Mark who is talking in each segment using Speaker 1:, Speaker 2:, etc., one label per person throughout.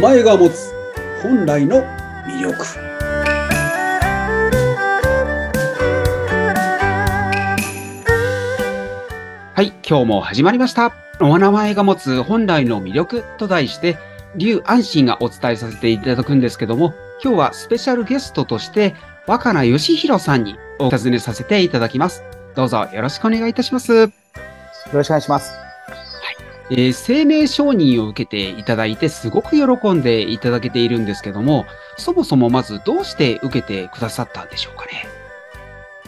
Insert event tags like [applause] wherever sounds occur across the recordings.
Speaker 1: 前が持つ本来の魅力
Speaker 2: はい、今日も始まりました。お名前が持つ本来の魅力と題して、劉安心がお伝えさせていただくんですけども、今日はスペシャルゲストとして、若菜義弘さんにお尋ねさせていただきます。どうぞよろしくお願いいたします。
Speaker 3: よろしくお願いします。
Speaker 2: えー生命承認を受けていただいて、すごく喜んでいただけているんですけども、そもそもまずどうして受けてくださったんでしょうかね。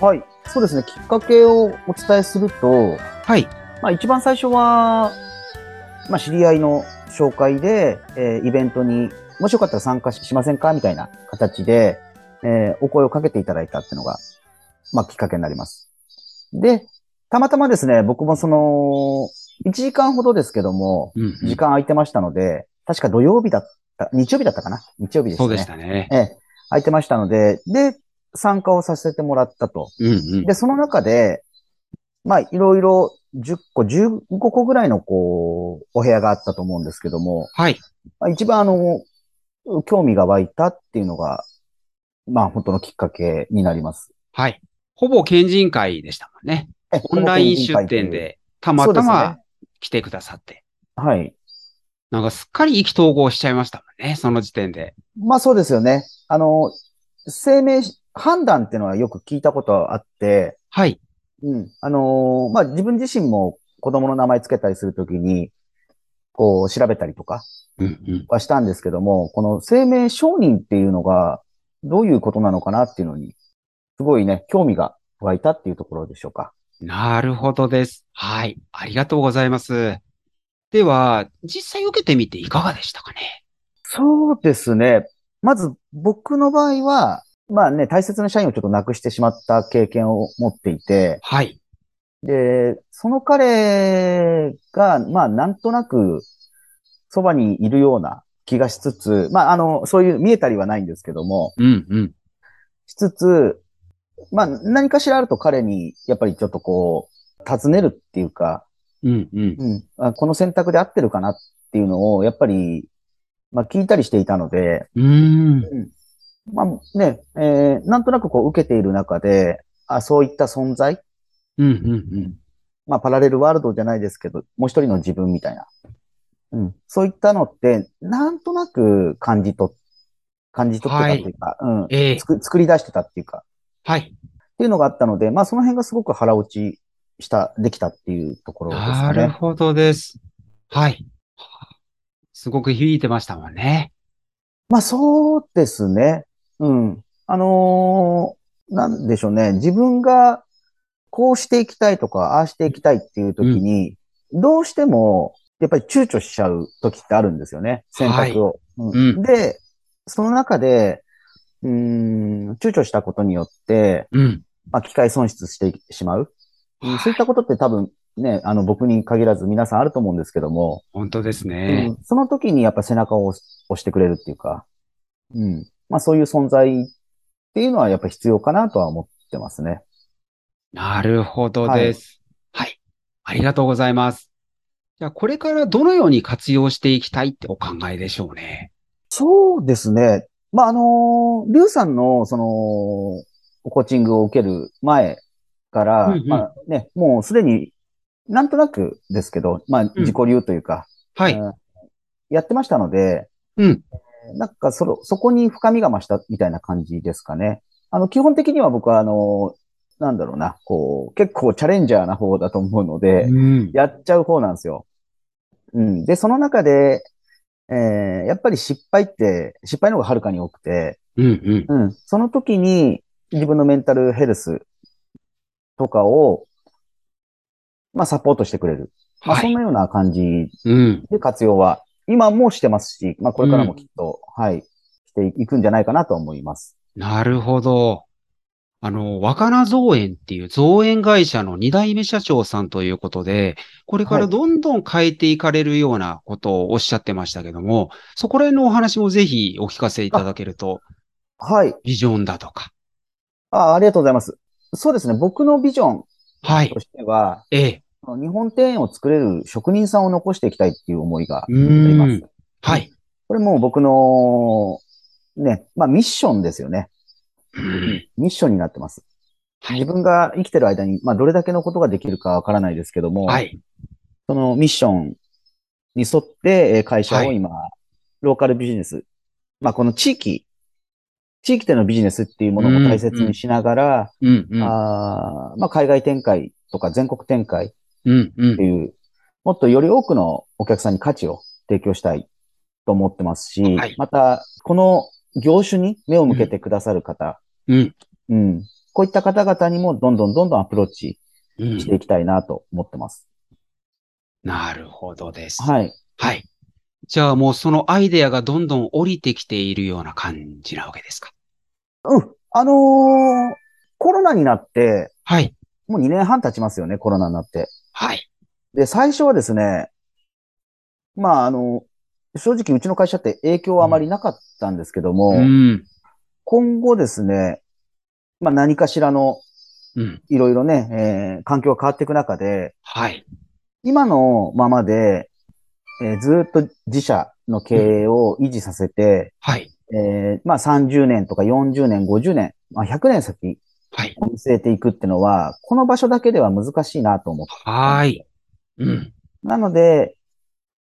Speaker 3: はい。そうですね。きっかけをお伝えすると、
Speaker 2: はい、
Speaker 3: まあ一番最初は、まあ知り合いの紹介で、えーイベントにもしよかったら参加ししませんかみたいな形で、えーお声をかけていただいたっていうのが、まあきっかけになります。で、たまたまですね、僕もその、1時間ほどですけども、
Speaker 2: うんう
Speaker 3: 時
Speaker 2: ん、
Speaker 3: 間空いてましたので、確か土曜日だった、日曜日だったかな日曜日でした
Speaker 2: そ
Speaker 3: ね。
Speaker 2: うでしたね。
Speaker 3: ええ、空いてましたので、で、参加をさせてもらったと。
Speaker 2: うんうん、
Speaker 3: で、その中で、まあ、いろいろ10個、15個ぐらいの、こう、お部屋があったと思うんですけども、
Speaker 2: はい、
Speaker 3: まあ、一番、あの、興味が湧いたっていうのが、まあ、本当のきっかけになります。
Speaker 2: はい。ほぼ県人会でしたもんね。
Speaker 3: え
Speaker 2: オンライン出店。で、た
Speaker 3: こ
Speaker 2: ま
Speaker 3: の
Speaker 2: た
Speaker 3: 県議会という
Speaker 2: ま来てくださって、
Speaker 3: そうですね。はい。
Speaker 2: なんかすっかり意気投合しちゃいましたもんね、その時点で。
Speaker 3: まあ、そうですよね。あの、声明し、判断っていうのはよく聞いたことはあって、
Speaker 2: はい。
Speaker 3: うん。あのーまあ、自分自身も子供の名前つけたりするときに、こう、調べたりとか
Speaker 2: うんうん。
Speaker 3: はしたんですけども、この生命承認っていうのが、どういうことなのかなっていうのに、すごいね、興味が湧いたっていうところでしょうか。
Speaker 2: なるほどです。はい。ありがとうございます。では、実際受けてみていかがでしたかね
Speaker 3: そうですね。まず、僕の場合は、まあね、大切な社員をちょっとなくしてしまった経験を持っていて、
Speaker 2: はい。
Speaker 3: で、その彼が、まあ、なんとなく、そばにいるような気がしつつ、まあ、あの、そういう見えたりはないんですけども、
Speaker 2: うんうん。
Speaker 3: しつつ、まあ、何かしらあると彼に、やっぱりちょっとこう、尋ねるっていうか、
Speaker 2: うんうん。
Speaker 3: うん、あこの選択で合ってるかなっていうのを、やっぱり、まあ、聞いたりしていたので、
Speaker 2: うーん。
Speaker 3: まあ、ね、えーなんとなくこう、受けている中で、あ、そういった存在、
Speaker 2: うんうんうん。
Speaker 3: まあ、パラレルワールドじゃないですけど、もう一人の自分みたいな。うん。そういったのって、なんとなく感じ取っ、感じ取ってたっていうか、うん。
Speaker 2: ええ
Speaker 3: つく作り出してたっていうか、
Speaker 2: はい。
Speaker 3: っていうのがあったので、まあ、その辺がすごく腹落ちした、できたっていうところです
Speaker 2: な
Speaker 3: か
Speaker 2: る
Speaker 3: ね。
Speaker 2: ほどです。はい。すごく響いてましたもんね。
Speaker 3: まあ、そうですね。うん。あのーなんでしょうね。自分が、こうしていきたいとか、ああしていきたいっていう時に、どうしても、やっぱり躊躇しちゃう時ってあるんですよね。選択を。うん
Speaker 2: う
Speaker 3: で、その中で、うーん、躊躇したことによって、
Speaker 2: うん。
Speaker 3: まあ、機会損失してしまう。うんそういったことって多分ね、あの、僕に限らず皆さんあると思うんですけども、
Speaker 2: 本当です
Speaker 3: う
Speaker 2: ね。
Speaker 3: んその時にやっぱ背中を押す押してくれるっていうか、うん。まあそういう存在っていうのはやっぱ必要かなとは思ってますね。
Speaker 2: なるほどです。はい。ありがとうございます。じゃあ、これからどのように活用していきたいってお考えでしょうね。
Speaker 3: そうですね。まああのー、リュウさんのその、コーチングを受ける前から、
Speaker 2: うんうん
Speaker 3: まあね、もうすでになんとなくですけど、まあ自己流というか、
Speaker 2: はい。
Speaker 3: うんやってましたので、
Speaker 2: うん。
Speaker 3: なんかその、そこに深みが増したみたいな感じですかね。あの、基本的には僕は、あの、なんだろうな、こう、結構チャレンジャーな方だと思うので、
Speaker 2: うん。
Speaker 3: やっちゃう方なんですよ。うん。で、その中で、えー、やっぱり失敗って、失敗の方がはるかに多くて、
Speaker 2: うん。うん。
Speaker 3: うん。その時に自分のメンタルヘルスとかを、まあ、サポートしてくれる。まあ、
Speaker 2: は
Speaker 3: そん
Speaker 2: い。
Speaker 3: なような感じ
Speaker 2: うん。
Speaker 3: で、活用は、今もしてますし、まあ、これからもきっと、はい、していくんじゃないかなと思います。
Speaker 2: なるほど。あの、若菜造園っていう造園会社の2代目社長さんということで、これから
Speaker 3: はい
Speaker 2: どんどん変えていかれるようなことをおっしゃってましたけども、そこら辺のお話もぜひお聞かせいただけると、
Speaker 3: はい。
Speaker 2: ビジョンだとか。
Speaker 3: あありがとうございます。そうですね。僕のビジョン
Speaker 2: はい
Speaker 3: と。しては、
Speaker 2: ええ。
Speaker 3: 日本庭園を作れる職人さんを残していきたいっていう思いがあり
Speaker 2: う
Speaker 3: ます。
Speaker 2: ん。はい。
Speaker 3: これもう僕の、ね、まあミッションですよね。
Speaker 2: うん
Speaker 3: ミッションになってます。
Speaker 2: はい
Speaker 3: 自分が生きてる間に、まあどれだけのことができるかわからないですけども、
Speaker 2: はい。
Speaker 3: そのミッションに沿ってえー会社を今、ローカルビジネス、まあこの地域、地域でのビジネスっていうものも大切にしながら、
Speaker 2: うん、うん。
Speaker 3: あーまあ海外展開とか全国展開っ
Speaker 2: うん、うん
Speaker 3: て。いう、もっとより多くのお客さんに価値を提供したいと思ってますし、
Speaker 2: はい
Speaker 3: またこの業種に目を向けてくださる方、
Speaker 2: うん。
Speaker 3: うん、こういった方々にもどんどんどんどんアプローチ
Speaker 2: う
Speaker 3: して
Speaker 2: ん。
Speaker 3: いきたいなと思ってます。
Speaker 2: なるほどです。
Speaker 3: はい。
Speaker 2: はい。じゃあもうそのアイデアがどんどん降りてきているような感じなわけですか。
Speaker 3: うん。あのーコロナになって、
Speaker 2: はい。
Speaker 3: もう2年半経ちますよね、コロナになって。
Speaker 2: はい。
Speaker 3: で、最初はですね、まあ、あの、正直うちの会社って影響はあまりなかったんですけども、
Speaker 2: うん。
Speaker 3: 今後ですね、まあ何かしらの
Speaker 2: うん。
Speaker 3: いろいろね、えー環境が変わっていく中で、
Speaker 2: はい。
Speaker 3: 今のままで、えーずーっと自社の経営を維持させて、
Speaker 2: はい。
Speaker 3: えーまあ30年とか40年、50年、まあ100年先
Speaker 2: はい。
Speaker 3: 見据えていくっていうのは、この場所だけでは難しいなと思って。
Speaker 2: はーい。うん。
Speaker 3: なので、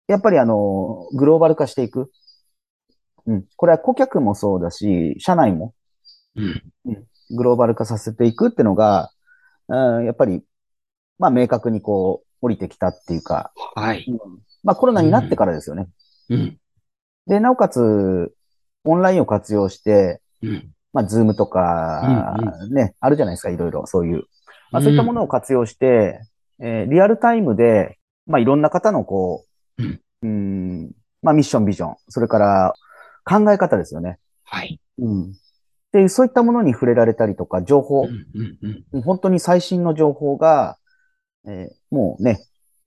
Speaker 3: やっぱりあの、グローバル化していく。うん。これは顧客もそうだし、社内も
Speaker 2: うん。
Speaker 3: グローバル化させていくっていうのが、うん、やっぱり、まあ明確にこう、降りてきたっていうか、
Speaker 2: はい。
Speaker 3: まあコロナになってからですよね。
Speaker 2: うん。
Speaker 3: で、なおかつ、オンラインを活用して、
Speaker 2: うん。
Speaker 3: まあ、ズームとか、ね、あるじゃないですか、いろいろ、そういう。まあ、
Speaker 2: うん
Speaker 3: そういったものを活用して、えーリアルタイムで、まあ、いろんな方の、こう、
Speaker 2: うん
Speaker 3: うんまあ、ミッション、ビジョン、それから考え方ですよね。
Speaker 2: はい。
Speaker 3: うん。っていう、そういったものに触れられたりとか、情報、
Speaker 2: うん。うん。うん。
Speaker 3: 本当に最新の情報が、えーもうね、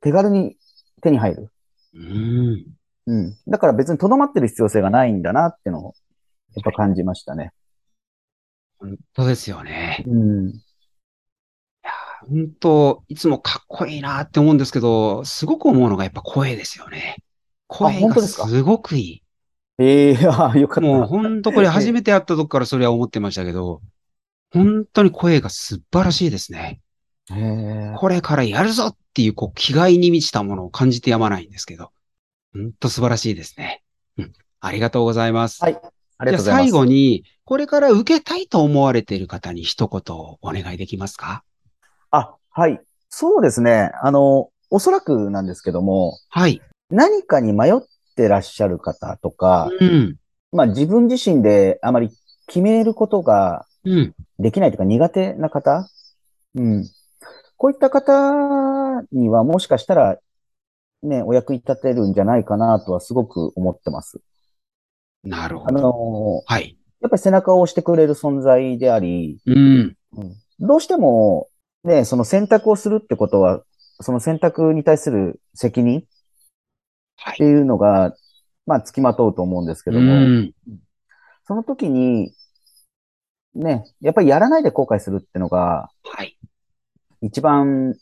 Speaker 3: 手軽に手に入る。
Speaker 2: うん。
Speaker 3: うん。だから別にとどまってる必要性がないんだなってのを、やっぱ感じましたね。
Speaker 2: 本当ですよね。
Speaker 3: うん。
Speaker 2: 本当、いつもかっこいいなって思うんですけど、すごく思うのがやっぱ声ですよね。声
Speaker 3: 本
Speaker 2: が
Speaker 3: 当ですか
Speaker 2: すごくい
Speaker 3: ええ [laughs] ああ、よか
Speaker 2: い。
Speaker 3: った。
Speaker 2: もう本当これ初めて会った時からそれは思ってましたけど、本当に声が素晴らしいですね。
Speaker 3: へえ
Speaker 2: これからやるぞっていう、こう、気概に満ちたものを感じてやまないんですけど、本当素晴らしいですね。うん。ありがとうございます。
Speaker 3: はいあ
Speaker 2: じゃあ
Speaker 3: りがとうございま
Speaker 2: 最
Speaker 3: す。
Speaker 2: 後に、これから受けたいと思われている方に一言お願いできますか
Speaker 3: あ、はい。そうですね。あの、おそらくなんですけども、
Speaker 2: はい。
Speaker 3: 何かに迷ってらっしゃる方とか、
Speaker 2: うん。
Speaker 3: まあ自分自身であまり決めることが
Speaker 2: うん。
Speaker 3: できないとか苦手な方うん。こういった方にはもしかしたら、ね、お役に立てるんじゃないかなとはすごく思ってます。
Speaker 2: なる
Speaker 3: あ
Speaker 2: ほど。
Speaker 3: の、
Speaker 2: はい。
Speaker 3: やっぱり背中を押してくれる存在であり、
Speaker 2: うん。
Speaker 3: どうしても、ね、その選択をするってことは、その選択に対する責任っ
Speaker 2: はい
Speaker 3: て。いうのが、まあ、付きまとうと思うんですけども、
Speaker 2: うん。
Speaker 3: その時に、ね、やっぱりやらないで後悔するってのが、
Speaker 2: はい。
Speaker 3: 一番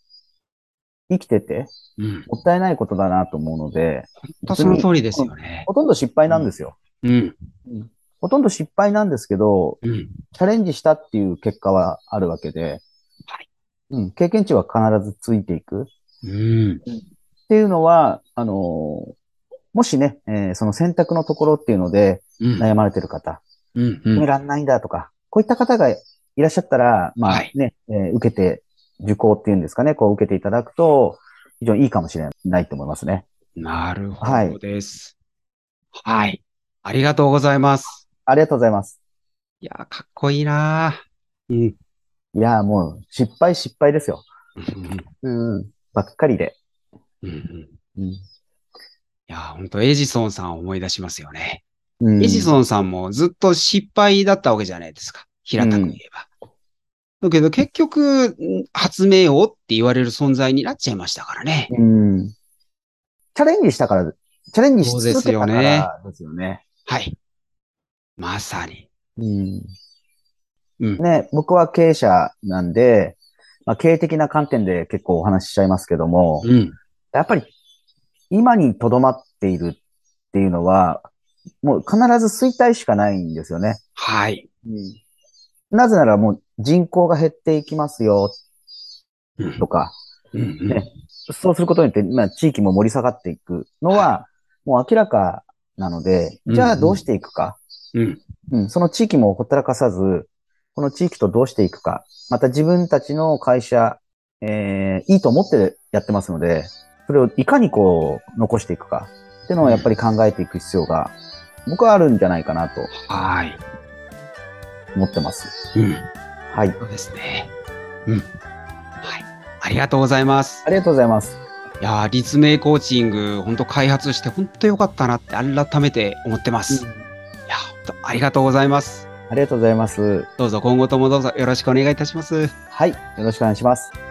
Speaker 3: 生きてて、
Speaker 2: うん。
Speaker 3: もったいないことだなと思うので、
Speaker 2: 本当その通りですよね。
Speaker 3: ほとんど失敗なんですよ。
Speaker 2: うん。
Speaker 3: ほとんど失敗なんですけど、
Speaker 2: うん。
Speaker 3: チャレンジしたっていう結果はあるわけで、
Speaker 2: はい
Speaker 3: うん、経験値は必ずついていく。
Speaker 2: うん。
Speaker 3: っていうのは、あのーもしね、えーその選択のところっていうので
Speaker 2: うん。
Speaker 3: 悩まれてる方、
Speaker 2: うん。
Speaker 3: 決
Speaker 2: う
Speaker 3: め
Speaker 2: ん。
Speaker 3: らんないんだとか、こういった方がいらっしゃったら、まあ
Speaker 2: はい
Speaker 3: ね、えー受けて、受講っていうんですかね、こう受けていただくと、非常にいいかもしれないと思いますね。
Speaker 2: なる
Speaker 3: は
Speaker 2: ほど
Speaker 3: い
Speaker 2: です。はい。ありがとうございます。
Speaker 3: ありがとうございます。
Speaker 2: いやー、かっこいいなーうん。
Speaker 3: いやーもう、失敗失敗ですよ。
Speaker 2: うん
Speaker 3: うん、ばっかりで。
Speaker 2: うんうん。い
Speaker 3: うん。
Speaker 2: やー、ほんとエジソンさんを思い出しますよね。
Speaker 3: うん
Speaker 2: エジソンさんもずっと失敗だったわけじゃないですか。平たく言えば。だけど結局、ん発明王って言われる存在になっちゃいましたからね。
Speaker 3: うん。チャレンジしたから、チャレンジし
Speaker 2: そう
Speaker 3: 続
Speaker 2: で
Speaker 3: け
Speaker 2: す
Speaker 3: た
Speaker 2: よ
Speaker 3: か
Speaker 2: ね
Speaker 3: らですよね。
Speaker 2: はい。まさに。
Speaker 3: うん
Speaker 2: うん。
Speaker 3: ね、僕は経営者なんで、まあ、経営的な観点で結構お話ししちゃいますけども、
Speaker 2: うん。
Speaker 3: やっぱり今にとどまっているっていうのは、もう必ず衰退しかないんですよね。
Speaker 2: はい。
Speaker 3: うん、なぜならもう人口が減っていきますよ
Speaker 2: うん
Speaker 3: とか、
Speaker 2: うんうん
Speaker 3: ねそうすることによって、まあ、地域も盛り下がっていくのは、もう明らかなので、
Speaker 2: うん
Speaker 3: じゃあどうしていくか、
Speaker 2: うん
Speaker 3: うん、その地域もほったらかさず、この地域とどうしていくか、また自分たちの会社、えーいいと思ってやってますので、それをいかにこう、残していくか、っていうのをやっぱり考えていく必要が、僕はあるんじゃないかなと
Speaker 2: はい。
Speaker 3: 思ってます。
Speaker 2: うん。
Speaker 3: はい。
Speaker 2: そうですね。うん。はい。ありがとうございます。
Speaker 3: ありがとうございます。
Speaker 2: いやー立命コーチング、本当開発して本当良かったなって改めて思ってます。いやー、本当ありがとうございます。
Speaker 3: ありがとうございます。
Speaker 2: どうぞ今後ともどうぞよろしくお願いいたします。
Speaker 3: はい。よろしくお願いします。